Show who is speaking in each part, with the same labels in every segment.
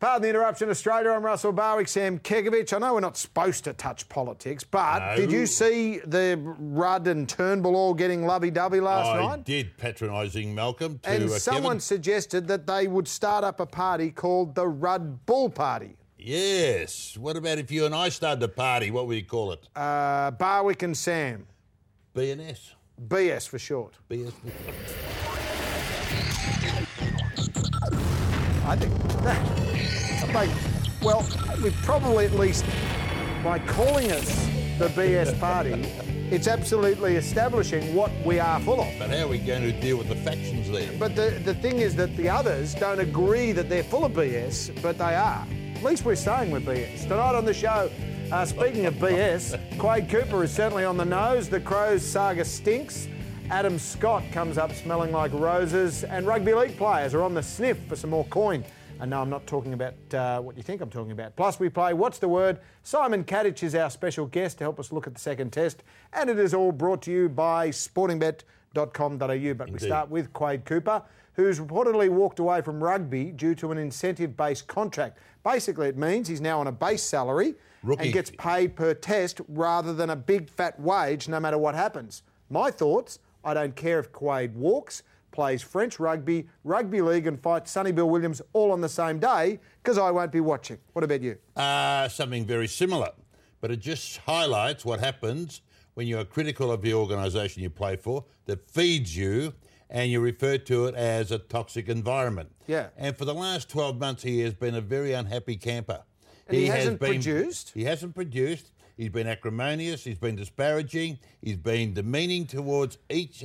Speaker 1: Pardon the interruption, Australia. I'm Russell Barwick, Sam Kegovich. I know we're not supposed to touch politics, but
Speaker 2: No.
Speaker 1: did you see the Rudd and Turnbull all getting lovey-dovey last
Speaker 2: I
Speaker 1: night?
Speaker 2: did patronising Malcolm to
Speaker 1: And
Speaker 2: uh,
Speaker 1: someone
Speaker 2: Kevin.
Speaker 1: suggested that they would start up a party called the Rudd Bull Party.
Speaker 2: Yes. What about if you and I started a party? What would you call it?
Speaker 1: Uh, Barwick and Sam,
Speaker 2: BNS.
Speaker 1: BS for short.
Speaker 2: BS.
Speaker 1: I think that, I think- well, we've probably at least, by calling us the BS party, it's absolutely establishing what we are full of.
Speaker 2: But how are we going to deal with the factions there?
Speaker 1: But the, the thing is that the others don't agree that they're full of BS, but they are. At least we're saying we're BS. Tonight on the show, uh, speaking of BS, Quade Cooper is certainly on the nose. The Crows saga stinks. Adam Scott comes up smelling like roses. And rugby league players are on the sniff for some more coin. And no, I'm not talking about uh, what you think I'm talking about. Plus, we play What's the Word? Simon Kadich is our special guest to help us look at the second test. And it is all brought to you by sportingbet.com.au. But we
Speaker 2: Indeed.
Speaker 1: start with Quade Cooper, who's reportedly walked away from rugby due to an incentive based contract. Basically, it means he's now on a base salary
Speaker 2: Rookie.
Speaker 1: and gets paid per test rather than a big fat wage no matter what happens. My thoughts I don't care if Quade walks, plays French rugby, rugby league, and fights Sonny Bill Williams all on the same day because I won't be watching. What about you?
Speaker 2: Uh, something very similar. But it just highlights what happens when you are critical of the organisation you play for that feeds you and you refer to it as a toxic environment.
Speaker 1: Yeah.
Speaker 2: And for the last 12 months, he has been a very unhappy camper.
Speaker 1: And he
Speaker 2: has
Speaker 1: hasn't produced?
Speaker 2: He hasn't produced. He's been acrimonious. He's been disparaging. He's been demeaning towards each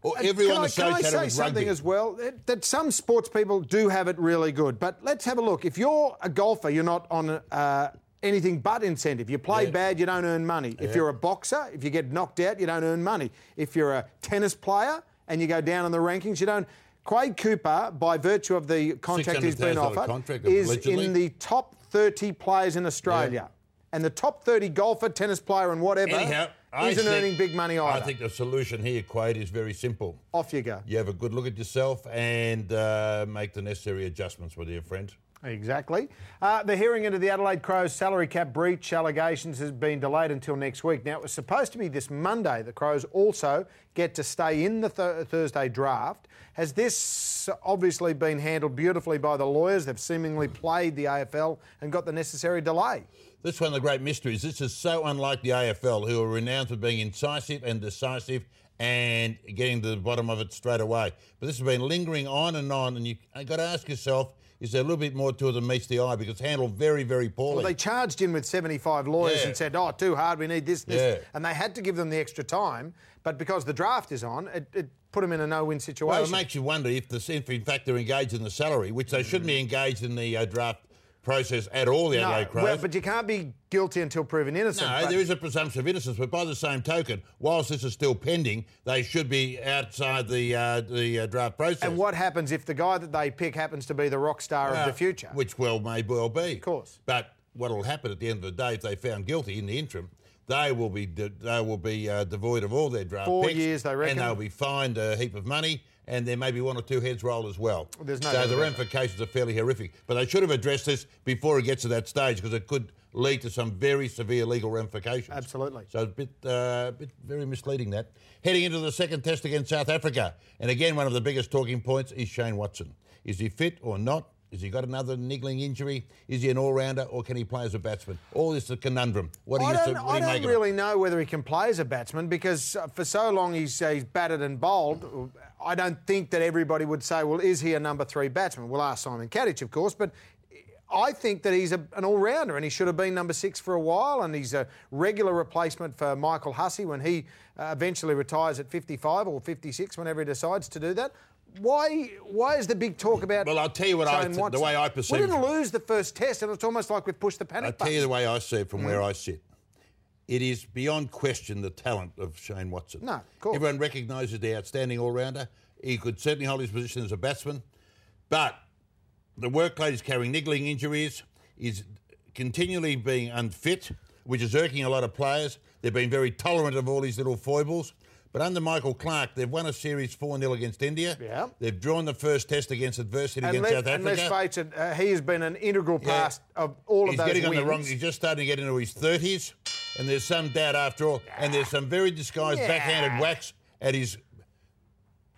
Speaker 2: or
Speaker 1: And
Speaker 2: everyone
Speaker 1: Uh, can I, can I
Speaker 2: associated
Speaker 1: say
Speaker 2: with
Speaker 1: something
Speaker 2: rugby.
Speaker 1: as well? Uh, That, that some sports people do have it really good, but let's have a look. If you're a golfer, you're not on uh, anything but incentive. You play
Speaker 2: Yeah.
Speaker 1: bad, you don't earn money. If you're a boxer, if you get knocked out, you don't earn money. If you're a tennis player and you go down in the rankings, you don't. Quade Cooper, by virtue of the contract he's been
Speaker 2: $600,000
Speaker 1: offered,
Speaker 2: contract,
Speaker 1: is
Speaker 2: allegedly.
Speaker 1: in the top 30 players in Australia. And the top 30 golfer, tennis player, and whatever
Speaker 2: Anyhow, I
Speaker 1: isn't
Speaker 2: think-
Speaker 1: earning big money
Speaker 2: I
Speaker 1: either.
Speaker 2: think the solution here, Quade, is very simple.
Speaker 1: Off you go.
Speaker 2: You have a good look at yourself and uh, make the necessary adjustments, my dear friend.
Speaker 1: Exactly. Uh, the hearing into the Adelaide Crows salary cap breach allegations has been delayed until next week. Now, it was supposed to be this Monday. The Crows also get to stay in the th- Thursday draft. Has this obviously been handled beautifully by the lawyers? They've seemingly played the AFL and got the necessary delay.
Speaker 2: This one of the great mysteries. This is so unlike the AFL, who are renowned for being incisive and decisive and getting to the bottom of it straight away. But this has been lingering on and on, and you got to ask yourself: Is there a little bit more to it than meets the eye? Because it's handled very, very poorly.
Speaker 1: Well, they charged in with 75 lawyers
Speaker 2: Yeah.
Speaker 1: and said, oh, too hard, we need this, this.
Speaker 2: Yeah.
Speaker 1: And they had to give them the extra time. But because the draft is on, it, it put them in a no win situation.
Speaker 2: well, it makes you wonder if, the, if, in fact, they're engaged in the salary, which they shouldn't be engaged in the uh, draft process at all. The Adelaide Crows.
Speaker 1: well, but you can't be guilty until proven innocent.
Speaker 2: No,
Speaker 1: but-
Speaker 2: there is a presumption of innocence, but by the same token, whilst this is still pending, they should be outside the uh, the uh, draft process.
Speaker 1: And what happens if the guy that they pick happens to be the rock star
Speaker 2: Uh,
Speaker 1: of the future?
Speaker 2: Which well may well be. Of
Speaker 1: course.
Speaker 2: But what will happen at the end of the day if they found guilty in the interim? They will be de- they will be uh, devoid of all their draft
Speaker 1: Four
Speaker 2: picks,
Speaker 1: years, they reckon.
Speaker 2: and they'll be fined a heap of money, and there may be one or two heads roll as well.
Speaker 1: There's no doubt
Speaker 2: so the
Speaker 1: about that.
Speaker 2: ramifications are fairly horrific. But they should have addressed this before it gets to that stage because it could lead to some very severe legal ramifications.
Speaker 1: Absolutely.
Speaker 2: So it's a bit, uh, bit very misleading that. Heading into the second test against South Africa. And again, one of the biggest talking points is Shane Watson. Is he fit or not? Has he got another niggling injury? Is he an all rounder or can he play as a batsman? All this is a conundrum. What do
Speaker 1: I
Speaker 2: you,
Speaker 1: don't,
Speaker 2: what do
Speaker 1: I
Speaker 2: you
Speaker 1: don't
Speaker 2: make of it?
Speaker 1: really know whether he can play as a batsman because uh, for so long he's, uh, he's batted and bowled. I don't think that everybody would say, well, is he a number three batsman? We'll ask Simon Kadich, of course, but I think that he's a, an all rounder and he should have been number six for a while and he's a regular replacement for Michael Hussey when he uh, eventually retires at 55 or 56, whenever he decides to do that. Why, why is the big talk about
Speaker 2: Well, I'll tell you what I
Speaker 1: Shane
Speaker 2: th- the
Speaker 1: Watson?
Speaker 2: way I perceive
Speaker 1: We didn't
Speaker 2: it.
Speaker 1: lose the first test and it's almost like we've pushed the panic
Speaker 2: I'll
Speaker 1: button. Mm-hmm.
Speaker 2: tell you the way I see it from where I sit. It is beyond question the talent of Shane Watson.
Speaker 1: No, of course.
Speaker 2: Everyone recognises the outstanding all rounder. He could certainly hold his position as a batsman, but the workload is carrying niggling injuries, is continually being unfit, which is irking a lot of players. They've been very tolerant of all these little foibles. But under Michael Clark, they've won a series 4 0 against India.
Speaker 1: Yeah.
Speaker 2: They've drawn the first test against adversity
Speaker 1: And,
Speaker 2: against
Speaker 1: let,
Speaker 2: South
Speaker 1: and
Speaker 2: Africa.
Speaker 1: let's face it, uh, he has been an integral
Speaker 2: Yeah.
Speaker 1: part of all of
Speaker 2: he's
Speaker 1: those
Speaker 2: getting
Speaker 1: wins.
Speaker 2: on the wrong. He's just starting to get into his thirties, and there's some doubt after all. And there's some very disguised
Speaker 1: Yeah.
Speaker 2: backhanded whacks at his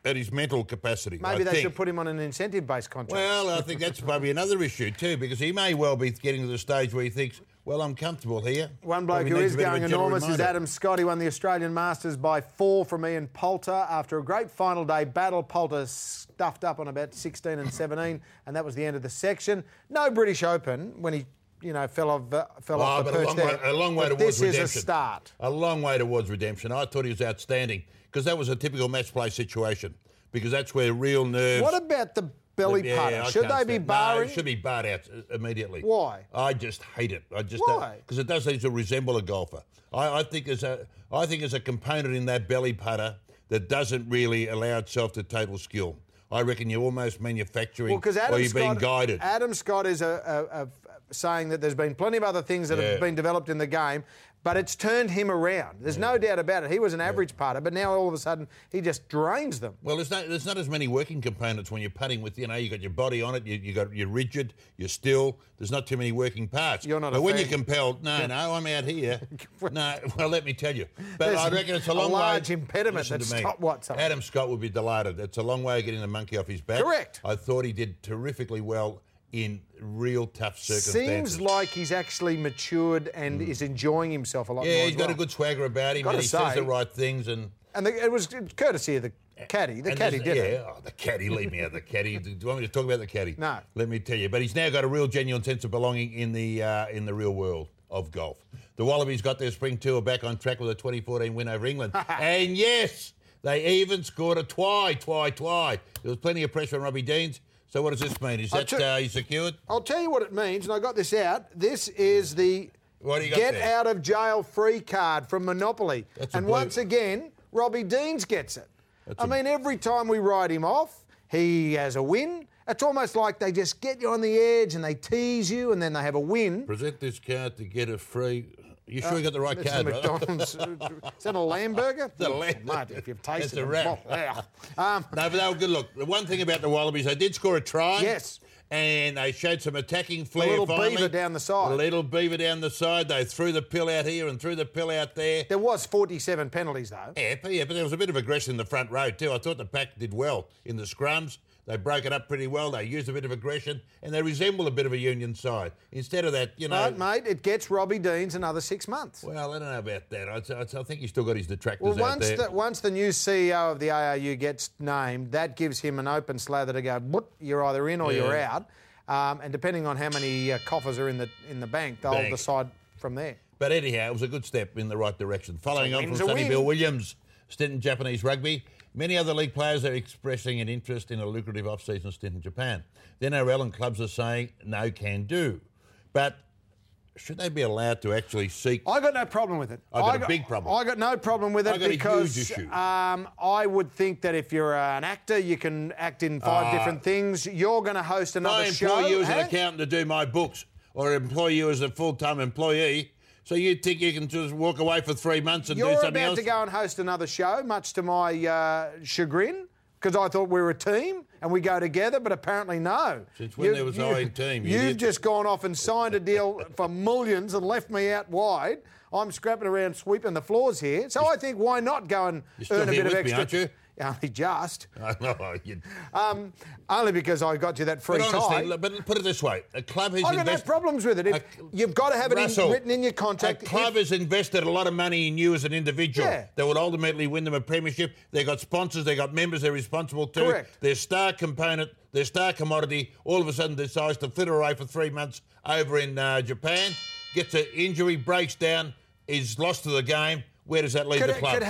Speaker 2: at his mental capacity.
Speaker 1: Maybe
Speaker 2: I
Speaker 1: they
Speaker 2: think.
Speaker 1: should put him on an incentive-based contract.
Speaker 2: Well, I think that's probably another issue too, because he may well be getting to the stage where he thinks, "Well, I'm comfortable here."
Speaker 1: One bloke
Speaker 2: Probably
Speaker 1: who
Speaker 2: needs
Speaker 1: is
Speaker 2: a bit of a
Speaker 1: going
Speaker 2: gentle
Speaker 1: enormous is
Speaker 2: reminder.
Speaker 1: Adam Scott. He won the Australian Masters by four from Ian Poulter after a great final day battle. Poulter stuffed up on about 16 and 17, and that was the end of the section. No British Open when he, you know, fell off, uh, fell
Speaker 2: Oh,
Speaker 1: off the
Speaker 2: but a
Speaker 1: perch
Speaker 2: long,
Speaker 1: there.
Speaker 2: way, a long way
Speaker 1: But
Speaker 2: towards
Speaker 1: this
Speaker 2: redemption.
Speaker 1: is a start.
Speaker 2: A long way towards redemption. I thought he was outstanding because that was a typical match play situation. Because that's where real nerves.
Speaker 1: What about the belly
Speaker 2: Yeah,
Speaker 1: putter?
Speaker 2: I
Speaker 1: Should
Speaker 2: can't
Speaker 1: they
Speaker 2: stand-
Speaker 1: be
Speaker 2: No,
Speaker 1: barring?
Speaker 2: it should be barred out uh, immediately.
Speaker 1: Why?
Speaker 2: I just hate it. I just
Speaker 1: Why?
Speaker 2: Because it does seem to resemble a golfer. I, I think there's a I think there's a component in that belly putter that doesn't really allow itself to total skill. I reckon you're almost manufacturing
Speaker 1: Well, 'cause
Speaker 2: or
Speaker 1: Adam
Speaker 2: you're
Speaker 1: Scott,
Speaker 2: being guided.
Speaker 1: Adam Scott is a, a, a saying that there's been plenty of other things that
Speaker 2: Yeah.
Speaker 1: have been developed in the game, but it's turned him around. There's no doubt about it. He was an average putter, but now all of a sudden he just drains them.
Speaker 2: Well, there's not there's not as many working components when you're putting with you know you got your body on it, you you got you're rigid, you're still. There's not too many working parts.
Speaker 1: You're not
Speaker 2: But
Speaker 1: a
Speaker 2: when you're
Speaker 1: fan.
Speaker 2: compelled, no, no, I'm out here. no, well, let me tell you. But
Speaker 1: There's
Speaker 2: I reckon it's a
Speaker 1: a
Speaker 2: long
Speaker 1: large
Speaker 2: way.
Speaker 1: impediment
Speaker 2: Listen
Speaker 1: that
Speaker 2: to me.
Speaker 1: Scott Watts had.
Speaker 2: Adam Scott would be delighted. It's a long way of getting the monkey off his back.
Speaker 1: Correct.
Speaker 2: I thought he did terrifically well in real tough circumstances. Hmm.
Speaker 1: Seems like he's actually matured and is enjoying himself a lot more.
Speaker 2: yeah,
Speaker 1: as
Speaker 2: he's got a
Speaker 1: well.
Speaker 2: good swagger about him,
Speaker 1: Gotta
Speaker 2: and he says
Speaker 1: say-
Speaker 2: the right things, and.
Speaker 1: And the, it was courtesy of the caddy. The
Speaker 2: And
Speaker 1: caddy
Speaker 2: there's-
Speaker 1: did it.
Speaker 2: Yeah, oh, the caddy. Leave me out of the caddy. Do you want me to talk about the caddy?
Speaker 1: No.
Speaker 2: Let me tell you. But he's now got a real genuine sense of belonging in the uh, in the real world of golf. The Wallabies got their spring tour back on track with a 2014 win over England. and yes, they even scored a twy, twy, twy. There was plenty of pressure on Robbie Deans. So what does this mean? Is
Speaker 1: I
Speaker 2: that
Speaker 1: took-
Speaker 2: uh, he secured?
Speaker 1: I'll tell you what it means, and I got this out. This is the
Speaker 2: What do you got
Speaker 1: get
Speaker 2: there?
Speaker 1: out of jail free card from Monopoly.
Speaker 2: That's a
Speaker 1: and
Speaker 2: blue-
Speaker 1: once again, Robbie Deans gets it.
Speaker 2: That's
Speaker 1: I
Speaker 2: a-
Speaker 1: mean, every time we ride him off, he has a win. It's almost like they just get you on the edge and they tease you, and then they have a win.
Speaker 2: Present this card to get a free. You
Speaker 1: Uh,
Speaker 2: sure you got the right
Speaker 1: It's a
Speaker 2: card? right?
Speaker 1: McDonald's. uh, is that a lamb burger?
Speaker 2: The
Speaker 1: Oh,
Speaker 2: lamb-
Speaker 1: mate, if you've
Speaker 2: That's
Speaker 1: tasted
Speaker 2: a
Speaker 1: it,
Speaker 2: wrap.
Speaker 1: well, yeah. Um,
Speaker 2: No, but they were good. Look, the one thing about the Wallabies, they did score a try.
Speaker 1: Yes.
Speaker 2: And they showed some attacking flair.
Speaker 1: little
Speaker 2: finally.
Speaker 1: beaver down the side.
Speaker 2: A little beaver down the side. They threw the pill out here and threw the pill out there.
Speaker 1: there was 47 penalties, though.
Speaker 2: Yeah, but, yeah, but there was a bit of aggression in the front row too. I thought the pack did well in the scrums. They broke it up pretty well. They used a bit of aggression, and they resemble a bit of a union side instead of that, you know.
Speaker 1: But, mate, it gets Robbie Deans another six months.
Speaker 2: Well, I don't know about that. I, I, I think he's still got his detractors
Speaker 1: Well,
Speaker 2: out
Speaker 1: once
Speaker 2: there.
Speaker 1: the, once the new CEO of the ARU gets named, that gives him an open slather to go. Boop, you're either in or you're
Speaker 2: Yeah.
Speaker 1: out, um, and depending on how many uh, coffers are in the in the bank, they'll
Speaker 2: Bank.
Speaker 1: decide from there.
Speaker 2: But anyhow, it was a good step in the right direction. Following on from
Speaker 1: win's a
Speaker 2: Sonny
Speaker 1: win.
Speaker 2: Bill Williams, stint in Japanese rugby, many other league players are expressing an interest in a lucrative off-season stint in Japan. The NRL and clubs are saying no can do. But should they be allowed to actually seek?
Speaker 1: I got no problem with it.
Speaker 2: I got
Speaker 1: a
Speaker 2: a big problem.
Speaker 1: I got no problem with it
Speaker 2: I got a huge
Speaker 1: because
Speaker 2: issue.
Speaker 1: Um, I would think that if you're an actor, you can act in five
Speaker 2: Uh,
Speaker 1: different things. You're going to host another
Speaker 2: I
Speaker 1: show.
Speaker 2: employ you as an
Speaker 1: eh?
Speaker 2: accountant to do my books or employ you as a full-time employee. So you think you can just walk away for three months and do
Speaker 1: You're
Speaker 2: something
Speaker 1: about
Speaker 2: else?
Speaker 1: to go and host another show, much to my uh, chagrin, because I thought we were a team and we go together, but apparently no.
Speaker 2: Since when there was I in team, you
Speaker 1: You've
Speaker 2: idiot?
Speaker 1: just gone off and signed a deal for millions and left me out wide. I'm scrapping around sweeping the floors here, so I think why not go and
Speaker 2: still
Speaker 1: earn a
Speaker 2: here
Speaker 1: bit of
Speaker 2: with me,
Speaker 1: extra?
Speaker 2: aren't you?
Speaker 1: Only just,
Speaker 2: I know, you-
Speaker 1: um, only because I got you that free
Speaker 2: but
Speaker 1: tie.
Speaker 2: honestly, but put it this way: a club has
Speaker 1: I've got Oh, no
Speaker 2: invested.
Speaker 1: problems with it. If,
Speaker 2: A-
Speaker 1: you've got to have it
Speaker 2: Russell,
Speaker 1: in, written in your contract.
Speaker 2: A
Speaker 1: If-
Speaker 2: club has invested a lot of money in you as an individual.
Speaker 1: Yeah.
Speaker 2: That will ultimately win them a premiership. They got sponsors, they got members they're responsible to.
Speaker 1: Correct.
Speaker 2: Their star component, their star commodity, all of a sudden decides to flit away for three months over in uh, Japan, gets an injury, breaks down, is lost to the game. Where does that leave
Speaker 1: could,
Speaker 2: the club?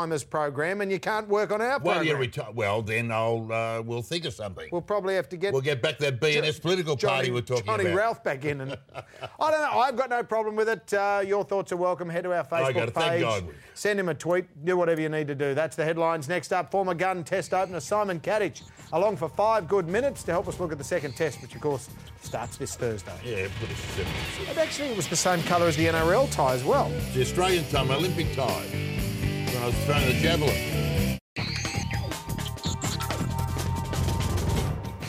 Speaker 2: Why do you
Speaker 1: program?
Speaker 2: retire? Well, then I'll uh, we'll think of something.
Speaker 1: we'll probably have to get
Speaker 2: We'll get back that BNS political party we're talking
Speaker 1: Johnny
Speaker 2: about.
Speaker 1: Ralph back in, and I don't know. I've got no problem with it. Uh, your thoughts are welcome. Head to our
Speaker 2: I
Speaker 1: Facebook
Speaker 2: got it. Thank
Speaker 1: page.
Speaker 2: God.
Speaker 1: Send him a tweet. Do whatever you need to do. That's the headlines. Next up, former gun test opener Simon Kadich along for five good minutes to help us look at the second test, which of course starts this Thursday.
Speaker 2: Yeah, put it simple.
Speaker 1: But actually, it was the same. same colour as the NRL tie as well.
Speaker 2: It's the Australian tie, my Olympic tie, when I was throwing the javelin.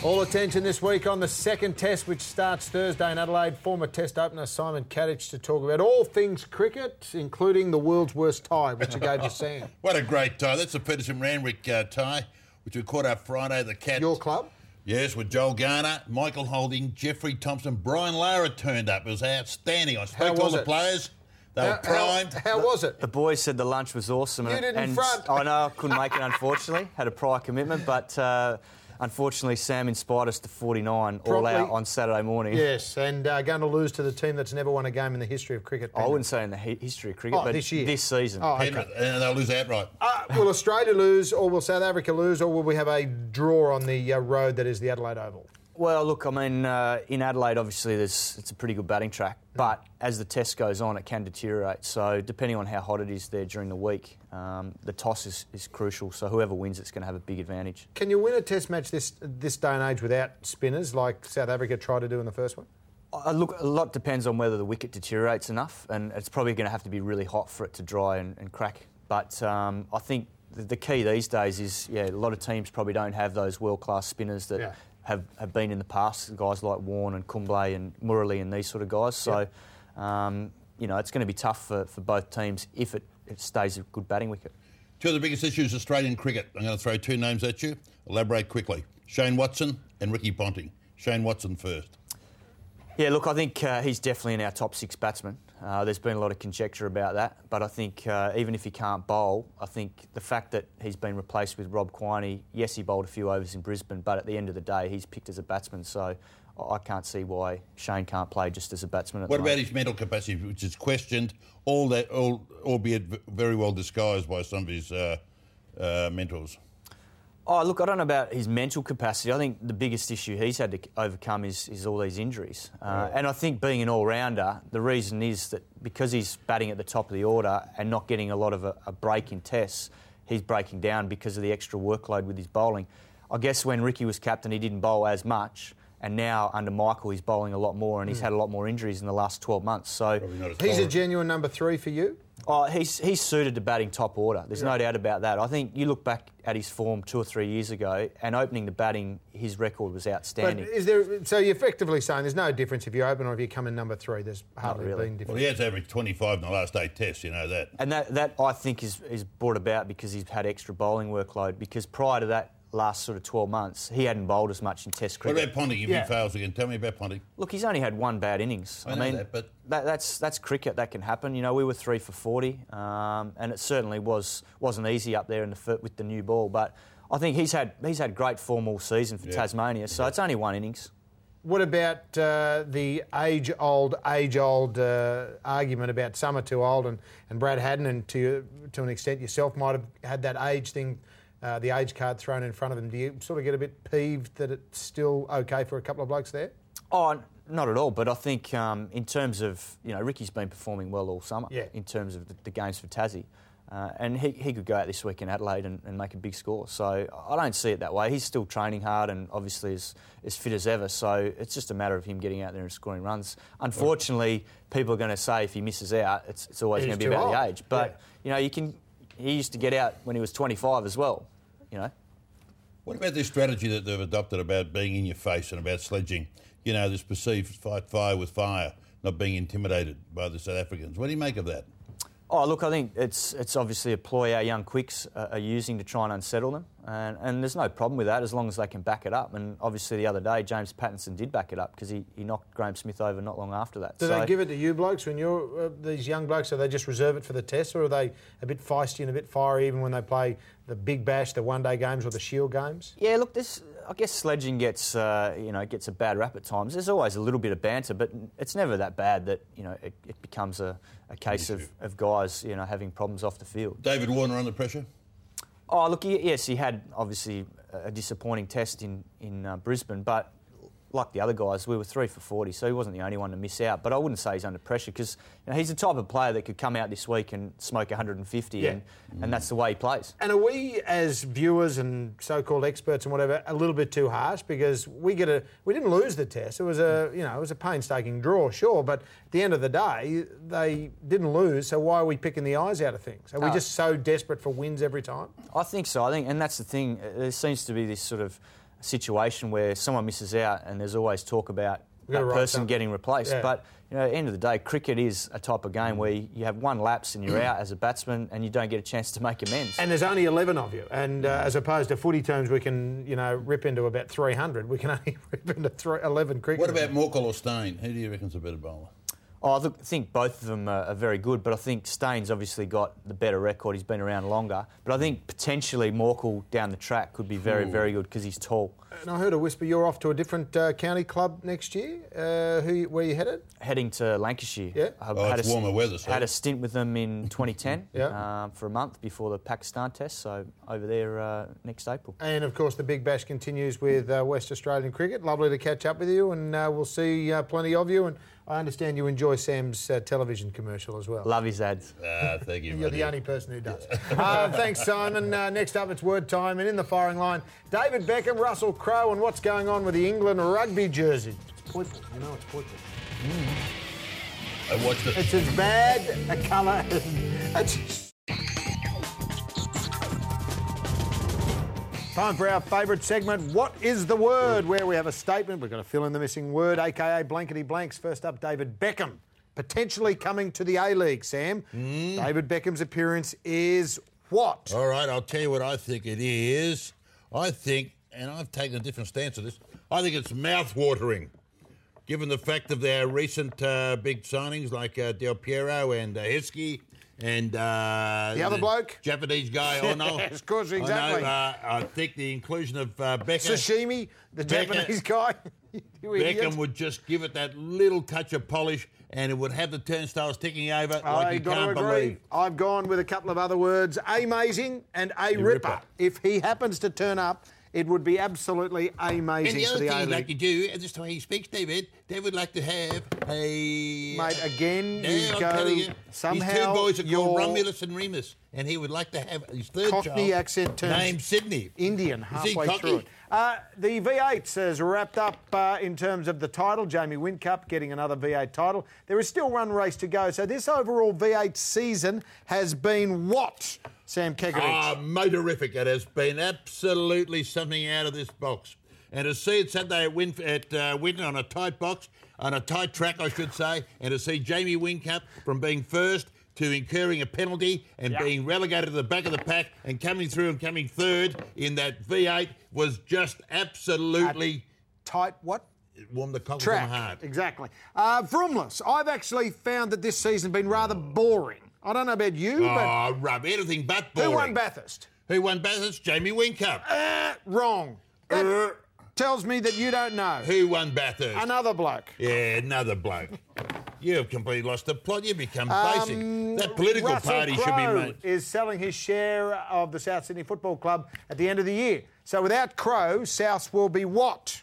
Speaker 1: All attention this week on the second test, which starts Thursday in Adelaide. Former test opener Simon Kadich to talk about all things cricket, including the world's worst tie, which you gave to Sam.
Speaker 2: What a great tie. That's the Peterson Randwick uh, tie, which we caught up Friday. The cat.
Speaker 1: Your club?
Speaker 2: Yes, with Joel Garner, Michael Holding, Jeffrey Thompson, Brian Lara turned up. It was outstanding. I spoke
Speaker 1: How
Speaker 2: to all
Speaker 1: was
Speaker 2: the
Speaker 1: it?
Speaker 2: players.
Speaker 3: Oh,
Speaker 2: They were
Speaker 1: How- how-
Speaker 2: primed.
Speaker 1: How, was it?
Speaker 3: The boys said the lunch was awesome.
Speaker 1: You didn't
Speaker 3: and
Speaker 1: front.
Speaker 3: I know I couldn't make it, unfortunately. Had a prior commitment, but uh, unfortunately, Sam inspired us to 49 all
Speaker 1: Probably-
Speaker 3: out on Saturday morning.
Speaker 1: Yes, and uh, going to lose to the team that's never won a game in the history of cricket.
Speaker 3: I
Speaker 1: Brendan.
Speaker 3: wouldn't say in the he- history of cricket,
Speaker 1: Oh,
Speaker 3: but
Speaker 1: this year.
Speaker 3: season.
Speaker 1: Oh, okay.
Speaker 2: Penrith, And they'll lose outright.
Speaker 1: Uh, will Australia lose, or will South Africa lose, or will we have a draw on the uh, road that is the Adelaide Oval?
Speaker 3: Well, look, I mean, uh, in Adelaide, obviously, there's, it's a pretty good batting track,
Speaker 1: Mm.
Speaker 3: but as the test goes on, it can deteriorate. So, depending on how hot it is there during the week, um, the toss is, is crucial. So, whoever wins, it's going to have a big advantage.
Speaker 1: Can you win a Test match this this day and age without spinners like South Africa tried to do in the first one?
Speaker 3: Uh, look, a lot depends on whether the wicket deteriorates enough, and it's probably going to have to be really hot for it to dry and, and crack. But um, I think the, the key these days is, yeah, a lot of teams probably don't have those world-class spinners that
Speaker 1: Yeah.
Speaker 3: have, have been in the past, guys like Warren and Kumble and Murali and these sort of guys. So, um, you know, it's going to be tough for, for both teams if it, it stays a good batting wicket.
Speaker 2: Two of the biggest issues Australian cricket. I'm going to throw two names at you. Elaborate quickly. Shane Watson and Ricky Ponting. Shane Watson first.
Speaker 3: Yeah, look, I think uh, he's definitely in our top six batsmen. Uh, there's been a lot of conjecture about that, but I think uh, even if he can't bowl, I think the fact that he's been replaced with Rob Quiney, yes, he bowled a few overs in Brisbane, but at the end of the day, he's picked as a batsman, so I- I can't see why Shane can't play just as a batsman. At
Speaker 2: What
Speaker 3: the
Speaker 2: about
Speaker 3: moment.
Speaker 2: his mental capacity, which is questioned, all that, all, albeit v- very well disguised by some of his uh, uh, mentors?
Speaker 3: Oh, look, I don't know about his mental capacity. I think the biggest issue he's had to c- overcome is, is all these injuries. Uh, And I think being an all rounder, the reason is that because he's batting at the top of the order and not getting a lot of a, a break in tests, he's breaking down because of the extra workload with his bowling. I guess when Ricky was captain, he didn't bowl as much. And now under Michael, he's bowling a lot more and he's had a lot more injuries in the last 12 months. So.
Speaker 2: Probably not as
Speaker 1: He's a
Speaker 2: tolerant.
Speaker 1: genuine number three for you.
Speaker 3: Oh, he's, he's suited to batting top order. There's no doubt about that. I think you look back at his form two or three years ago, and opening the batting, his record was
Speaker 1: But
Speaker 3: outstanding.
Speaker 1: is there? So you're effectively saying there's no difference if you open or if you come in number three. There's hardly
Speaker 3: really.
Speaker 1: been difference.
Speaker 2: Well, he has averaged 25 in the last eight tests, you know that.
Speaker 3: and that, that I think is, is brought about because he's had extra bowling workload. Because prior to that last sort of 12 months, he hadn't bowled as much in Test
Speaker 2: What
Speaker 3: cricket.
Speaker 2: about Ponting? If
Speaker 1: Yeah.
Speaker 2: he fails again, tell me about Ponting.
Speaker 3: Look, he's only had one bad innings.
Speaker 2: I know that, but-
Speaker 3: that- that's that's cricket. That can happen. You know, we were three for forty, um, and it certainly was wasn't easy up there in the foot with the new ball. But I think he's had he's had great form all season for Tasmania. So it's only one innings.
Speaker 1: What about uh, the age-old, age-old uh, argument about some are too old, and, and Brad Haddon, and to to an extent yourself, might have had that age thing, uh, the age card thrown in front of them. Do you sort of get a bit peeved that it's still okay for a couple of blokes there?
Speaker 3: Oh, n- not at all. But I think um, in terms of you know Ricky's been performing well all summer.
Speaker 1: Yeah.
Speaker 3: In terms of the, the games for Tassie, uh, and he, he could go out this week in Adelaide and, and make a big score. So I don't see it that way. He's still training hard and obviously is as fit as ever. So it's just a matter of him getting out there and scoring runs. Unfortunately, people are going to say if he misses out, it's, it's always
Speaker 1: He's
Speaker 3: going to be
Speaker 1: too
Speaker 3: about the
Speaker 1: old.
Speaker 3: age. But you know you can. He used to get out when he was 25 as well. You know.
Speaker 2: What about this strategy that they've adopted about being in your face and about sledging? You know, this perceived fight fire with fire, not being intimidated by the South Africans. What do you make of that?
Speaker 3: Oh, look, I think it's it's obviously a ploy our young quicks uh, are using to try and unsettle them, and, and there's no problem with that as long as they can back it up. And obviously, the other day, James Pattinson did back it up because he, he knocked Graham Smith over not long after that.
Speaker 1: Do
Speaker 3: so,
Speaker 1: they give it to you blokes when you're uh, these young blokes? Do they just reserve it for the test, or are they a bit feisty and a bit fiery even when they play the Big Bash, the One Day games, or the Shield games?
Speaker 3: Yeah, look, this I guess sledging gets uh, you know gets a bad rap at times. There's always a little bit of banter, but it's never that bad that you know it, it becomes a, a case of, of guys you know having problems off the field.
Speaker 2: David Warner under pressure?
Speaker 3: Oh, look, he, yes, he had obviously a disappointing test in in uh, Brisbane, but like the other guys, we were three for 40, so he wasn't the only one to miss out. But I wouldn't say he's under pressure because you know, he's the type of player that could come out this week and smoke 150,
Speaker 1: Yeah.
Speaker 3: and, and that's the way he plays.
Speaker 1: And are we, as viewers and so-called experts and whatever, a little bit too harsh because we get a we didn't lose the test. It was a you know it was a painstaking draw, sure, but at the end of the day, they didn't lose. So why are we picking the eyes out of things? Are we
Speaker 3: No.
Speaker 1: just so desperate for wins every time?
Speaker 3: I think so. I think, and that's the thing. uh, There seems to be this sort of situation where someone misses out, and there's always talk about
Speaker 1: We've gotta
Speaker 3: that
Speaker 1: write
Speaker 3: person
Speaker 1: something.
Speaker 3: getting replaced.
Speaker 1: Yeah.
Speaker 3: But you know, at the end of the day, cricket is a type of game where you have one lapse and
Speaker 1: Mm.
Speaker 3: you're out as a batsman, and you don't get a chance to make amends.
Speaker 1: And there's only 11 of you, and uh, as opposed to footy terms, we can you know rip into about 300. We can only rip into three, 11 cricket.
Speaker 2: What about Morkel or Stain? Who do you reckon's a better bowler?
Speaker 3: Oh, I look, think both of them are, are very good, but I think Staines obviously got the better record. He's been around longer, but I think potentially Morkel down the track could be very, very good because he's tall.
Speaker 1: And I heard a whisper you're off to a different uh, county club next year. Uh, who where you headed?
Speaker 3: heading to Lancashire.
Speaker 1: Yeah.
Speaker 3: I
Speaker 2: Oh, it's
Speaker 3: a,
Speaker 2: warmer weather, so-
Speaker 3: Had a stint with them in 2010
Speaker 1: Yeah.
Speaker 3: um, for a month before the Pakistan test, so over there uh, next April.
Speaker 1: And of course, the Big Bash continues with uh, West Australian cricket. Lovely to catch up with you, and uh, we'll see uh, plenty of you. And I understand you enjoy Sam's uh, television commercial as well.
Speaker 3: Love his ads.
Speaker 2: Ah, thank you.
Speaker 1: You're
Speaker 2: my
Speaker 1: the
Speaker 2: dear.
Speaker 1: only person who does. uh, thanks, Simon. Uh, next up, it's word time, and in the firing line, David Beckham, Russell Crowe, and what's going on with the England rugby jersey? It's purple. You know, it's purple.
Speaker 2: I watched it.
Speaker 1: It's as bad a colour as. It's... Time for our favourite segment, What is the Word? Where we have a statement, we've got to fill in the missing word, aka blankety blanks. First up, David Beckham, potentially coming to the A League, Sam. David Beckham's appearance is what?
Speaker 2: All right, I'll tell you what I think it is. I think, and I've taken a different stance on this, I think it's mouth-watering, given the fact of their recent uh, big signings like uh, Del Piero and uh, Heskey and... Uh,
Speaker 1: The other bloke?
Speaker 2: Japanese guy, oh no.
Speaker 1: Yes, of course,
Speaker 2: I know,
Speaker 1: exactly.
Speaker 2: uh, I think the inclusion of uh, Beckham...
Speaker 1: Sashimi, the
Speaker 2: Beckham-
Speaker 1: Japanese guy. You idiot.
Speaker 2: Beckham would just give it that little touch of polish and it would have the turnstiles ticking over like
Speaker 1: I
Speaker 2: you
Speaker 1: gotta
Speaker 2: can't
Speaker 1: agree.
Speaker 2: believe.
Speaker 1: I've gone with a couple of other words: amazing and a ripper.
Speaker 2: ripper.
Speaker 1: If he happens to turn up, it would be absolutely
Speaker 2: And
Speaker 1: amazing
Speaker 2: the
Speaker 1: for
Speaker 2: other
Speaker 1: the
Speaker 2: thing
Speaker 1: A
Speaker 2: he'd like
Speaker 1: League.
Speaker 2: to do, and this is the way he speaks, David, they would like to have a.
Speaker 1: Mate, again,
Speaker 2: No,
Speaker 1: you
Speaker 2: I'm
Speaker 1: go
Speaker 2: telling you, His two
Speaker 1: somehow
Speaker 2: boys are called
Speaker 1: your
Speaker 2: Romulus and Remus, and he would like to have his third
Speaker 1: Cockney
Speaker 2: child
Speaker 1: accent turns
Speaker 2: named Sydney.
Speaker 1: Indian
Speaker 2: he
Speaker 1: halfway
Speaker 2: cocky?
Speaker 1: through it. Uh, the V8 has wrapped up uh, in terms of the title. Jamie Wincup getting another V8 title. There is still one race to go. So this overall V8 season has been what? Sam Kekerich.
Speaker 2: Ah, motorific. It has been absolutely something out of this box. And to see it Saturday at, Win- at uh, Winton on a tight box, on a tight track, I should say, and to see Jamie Wincup from being first to incurring a penalty and being relegated to the back of the pack and coming through and coming third in that V8 was just absolutely
Speaker 1: tight what?
Speaker 2: it warmed the cockles
Speaker 1: track.
Speaker 2: of my heart.
Speaker 1: Exactly. Uh, Vrumless, I've actually found that this season's been rather boring. I don't know about you, but
Speaker 2: Oh, rub everything but boring.
Speaker 1: who won Bathurst?
Speaker 2: Who won Bathurst? Jamie Wincup.
Speaker 1: Wrong. That
Speaker 2: Uh.
Speaker 1: tells me that you don't know.
Speaker 2: Who won Bathurst?
Speaker 1: Another bloke.
Speaker 2: Yeah, another bloke. You have completely lost the plot. You become
Speaker 1: Um,
Speaker 2: basic. That political
Speaker 1: Russell
Speaker 2: party
Speaker 1: Crowe
Speaker 2: should be made.
Speaker 1: is selling his share of the South Sydney Football Club at the end of the year. So without Crow, South will be what?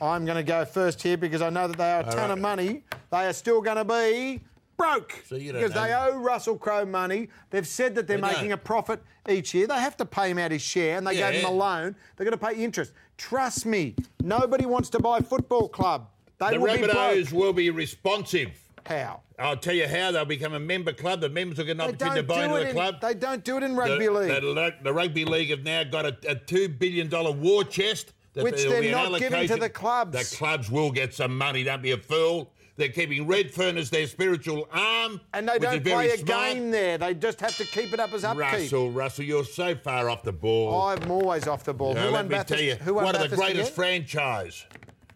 Speaker 1: I'm going to go first here because I know that they are a ton
Speaker 2: right.
Speaker 1: of money. They are still going to be broke
Speaker 2: So you don't
Speaker 1: because they
Speaker 2: know.
Speaker 1: owe Russell Crowe money. They've said that they're
Speaker 2: They
Speaker 1: making a
Speaker 2: don't.
Speaker 1: profit each year. They have to pay him out his share, and they
Speaker 2: Yeah.
Speaker 1: gave him a loan. They're going to pay interest. Trust me, nobody wants to buy a football club. They
Speaker 2: The
Speaker 1: will be broke.
Speaker 2: Rabbitohs will be responsive.
Speaker 1: How?
Speaker 2: I'll tell you how they'll become a member club. The members will get an
Speaker 1: They
Speaker 2: opportunity to
Speaker 1: don't
Speaker 2: buy
Speaker 1: do
Speaker 2: into
Speaker 1: it
Speaker 2: the
Speaker 1: in-
Speaker 2: club.
Speaker 1: They don't do it in rugby
Speaker 2: the,
Speaker 1: league.
Speaker 2: The, lu- the rugby league have now got a, a two billion dollar war chest, that
Speaker 1: Which
Speaker 2: there'll
Speaker 1: they're
Speaker 2: be an
Speaker 1: not giving to
Speaker 2: allocation.
Speaker 1: the clubs.
Speaker 2: The clubs will get some money. Don't be a fool. They're keeping Redfern as their spiritual arm,
Speaker 1: and they
Speaker 2: which is
Speaker 1: don't
Speaker 2: very
Speaker 1: play a
Speaker 2: smart.
Speaker 1: game there. They just have to keep it up as upkeep.
Speaker 2: Russell, Russell, you're so far off the ball.
Speaker 1: I'm always off the ball.
Speaker 2: Now,
Speaker 1: who
Speaker 2: let
Speaker 1: won
Speaker 2: me
Speaker 1: Bathurst?
Speaker 2: tell you,
Speaker 1: who won
Speaker 2: one of the
Speaker 1: Bathurst
Speaker 2: greatest
Speaker 1: again?
Speaker 2: franchise.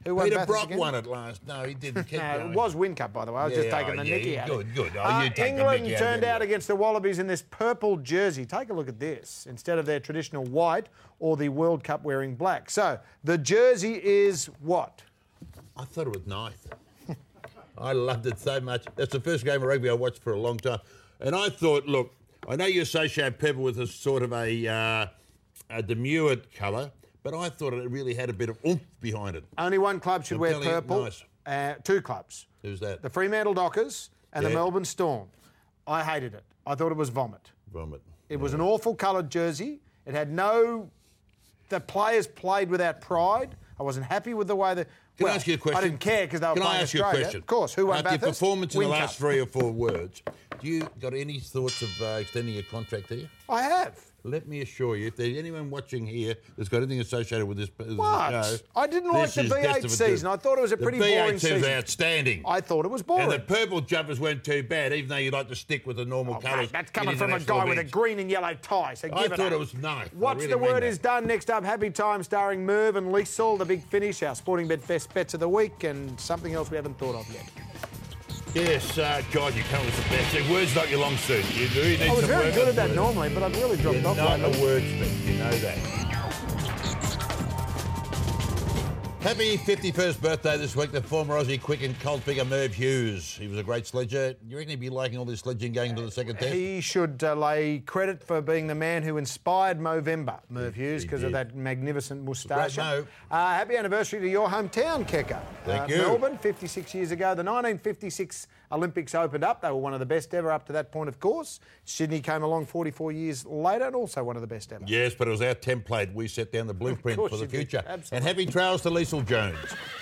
Speaker 1: Who won
Speaker 2: Peter
Speaker 1: Bathurst
Speaker 2: Brock
Speaker 1: again?
Speaker 2: won it last. No, he didn't. Keep
Speaker 1: No,
Speaker 2: going.
Speaker 1: it was Wincup, by the way. I was just
Speaker 2: Yeah,
Speaker 1: taking
Speaker 2: oh,
Speaker 1: the
Speaker 2: yeah,
Speaker 1: nicky out. of it. Uh,
Speaker 2: good, good. Oh, you take the
Speaker 1: England
Speaker 2: mickey out of
Speaker 1: turned
Speaker 2: it.
Speaker 1: out against the Wallabies in this purple jersey. Take a look at this. Instead of their traditional white or the World Cup wearing black. So the jersey is what?
Speaker 2: I thought it was ninth. I loved it so much. That's the first game of rugby I watched for a long time, and I thought, look, I know you associate purple with a sort of a, uh, a demure colour, but I thought it really had a bit of oomph behind it.
Speaker 1: Only one club should
Speaker 2: I'm
Speaker 1: wear
Speaker 2: telling you,
Speaker 1: purple.
Speaker 2: nice.
Speaker 1: Uh, two clubs.
Speaker 2: Who's that?
Speaker 1: The Fremantle Dockers and the
Speaker 2: Yeah.
Speaker 1: Melbourne Storm. I hated it. I thought it was vomit.
Speaker 2: Vomit.
Speaker 1: It was an awful coloured jersey. It had no. The players played without pride. I wasn't happy with the way that.
Speaker 2: Can
Speaker 1: well,
Speaker 2: I ask you a question?
Speaker 1: I didn't care because they were
Speaker 2: Can
Speaker 1: playing
Speaker 2: I ask
Speaker 1: Australia.
Speaker 2: you a question?
Speaker 1: Of course. Who won
Speaker 2: After your
Speaker 1: Bathurst?
Speaker 2: performance in
Speaker 1: Win
Speaker 2: the
Speaker 1: Cup.
Speaker 2: last three or four words, do you got any thoughts of uh, extending your contract here?
Speaker 1: I have.
Speaker 2: Let me assure you, if there's anyone watching here that's got anything associated with this, this
Speaker 1: What?
Speaker 2: show,
Speaker 1: I didn't like
Speaker 2: this
Speaker 1: the
Speaker 2: is
Speaker 1: V8
Speaker 2: destitute.
Speaker 1: season. I thought it was a pretty
Speaker 2: the V8
Speaker 1: boring
Speaker 2: season's
Speaker 1: season.
Speaker 2: outstanding.
Speaker 1: I thought it was boring.
Speaker 2: and the purple jumpers weren't too bad, even though you like to stick with the normal
Speaker 1: Oh,
Speaker 2: colours.
Speaker 1: mate, that's
Speaker 2: in
Speaker 1: coming from a
Speaker 2: international
Speaker 1: guy with a
Speaker 2: events.
Speaker 1: green and yellow tie. So give
Speaker 2: I
Speaker 1: it
Speaker 2: thought
Speaker 1: up.
Speaker 2: it was nice. I
Speaker 1: What's
Speaker 2: really
Speaker 1: the
Speaker 2: mean
Speaker 1: word
Speaker 2: that.
Speaker 1: is done. Next up, Happy Time starring Merv and Liesl, the big finish, our sporting bet best bets of the week, and something else we haven't thought of yet.
Speaker 2: Yes, uh, God, you come with the best. The Words not your long suit. You really need
Speaker 1: I was
Speaker 2: some
Speaker 1: very
Speaker 2: work
Speaker 1: good
Speaker 2: on
Speaker 1: at that
Speaker 2: words.
Speaker 1: normally, but I've really
Speaker 2: You're
Speaker 1: dropped off
Speaker 2: not a
Speaker 1: lately.
Speaker 2: wordsmith. You know that. Happy 51st birthday this week to former Aussie quick and cold picker Merv Hughes. He was a great sledger. You reckon he'd be liking all this sledging going into the second test?
Speaker 1: He should uh, lay credit for being the man who inspired Movember, Merv Hughes, because of
Speaker 2: did.
Speaker 1: that magnificent moustache.
Speaker 2: Mo.
Speaker 1: Uh, happy anniversary to your hometown, Kecker.
Speaker 2: Thank
Speaker 1: Uh,
Speaker 2: you.
Speaker 1: Melbourne, 56 years ago. The 1956 Olympics opened up. They were one of the best ever up to that point, of course. Sydney came along 44 years later and also one of the best ever.
Speaker 2: Yes, but it was our template. We set down the blueprint
Speaker 1: course
Speaker 2: for the
Speaker 1: you did.
Speaker 2: future.
Speaker 1: Absolutely.
Speaker 2: And happy trails to Liesl Jones.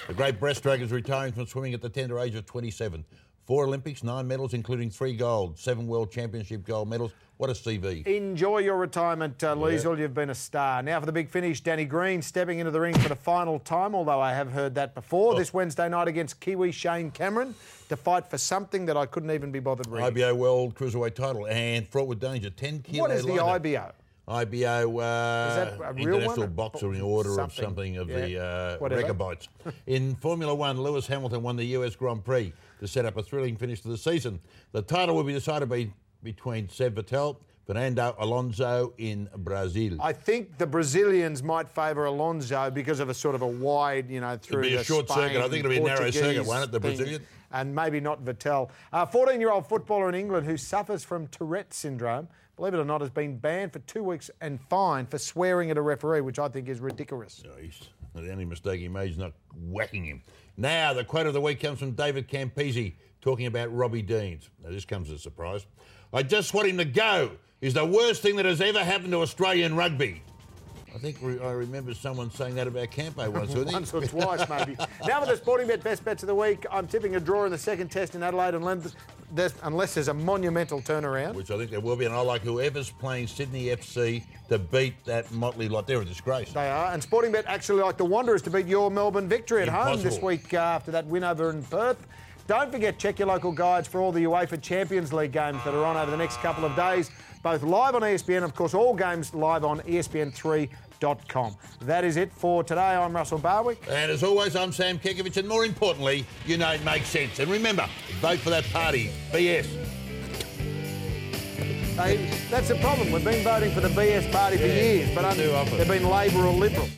Speaker 2: The great breaststroke is retiring from swimming at the tender age of 27. Four Olympics, nine medals, including three gold, seven World Championship gold medals. What a CV.
Speaker 1: Enjoy your retirement, uh, Liesl. You've been a star. Now for the big finish, Danny Green stepping into the ring for the final time, although I have heard that before, this Wednesday night against Kiwi Shane Cameron to fight for something that I couldn't even be bothered reading.
Speaker 2: IBO World Cruiserweight title and fraught with danger. 10 kilo
Speaker 1: What is the
Speaker 2: lighter.
Speaker 1: IBO?
Speaker 2: IBO uh,
Speaker 1: that a real
Speaker 2: International
Speaker 1: one?
Speaker 2: Boxing Order of
Speaker 1: Something.
Speaker 2: something of
Speaker 1: Yeah.
Speaker 2: the uh,
Speaker 1: Whatever.
Speaker 2: Recabites. In Formula One, Lewis Hamilton won the US Grand Prix to set up a thrilling finish to the season. The title will be decided be, between Seb Vettel, Fernando Alonso in Brazil.
Speaker 1: I think the Brazilians might favour Alonso because of a sort of a wide, you know, through
Speaker 2: be a
Speaker 1: the
Speaker 2: short
Speaker 1: Spain,
Speaker 2: circuit. I think it'll be a narrow
Speaker 1: Portuguese
Speaker 2: circuit, won't it, the
Speaker 1: thing.
Speaker 2: Brazilian?
Speaker 1: And maybe not Vettel. A 14 year old footballer in England who suffers from Tourette syndrome, believe it or not, has been banned for two weeks and fined for swearing at a referee, which I think is ridiculous.
Speaker 2: No, he's- the only mistake he made is not whacking him. Now, the quote of the week comes from David Campese talking about Robbie Deans. Now, this comes as a surprise. I just want him to go is the worst thing that has ever happened to Australian rugby. I think re- I remember someone saying that about Campo once, didn't
Speaker 1: Once
Speaker 2: he?
Speaker 1: or twice, maybe. Now for the sporting bet best bets of the week. I'm tipping a draw in the second test in Adelaide unless there's, unless there's a monumental turnaround.
Speaker 2: Which I think there will be, and I like whoever's playing Sydney FC to beat that motley lot. They're a disgrace.
Speaker 1: They are. And Sporting Bet actually like the Wanderers to beat your Melbourne victory at home this
Speaker 2: Impossible.
Speaker 1: week uh, after that win over in Perth. Don't forget, check your local guides for all the UEFA Champions League games that are on over the next couple of days, both live on E ESPN, of course, all games live on E ESPN3.com. That is it for today. I'm Russell Barwick.
Speaker 2: And as always, I'm Sam Kekovich, and more importantly, you know it makes sense. And remember, vote for that party. BS.
Speaker 1: They, that's the problem. We've been voting for the BS party for
Speaker 2: Yeah,
Speaker 1: years, but
Speaker 2: too
Speaker 1: under,
Speaker 2: often.
Speaker 1: they've been Labor or Liberal.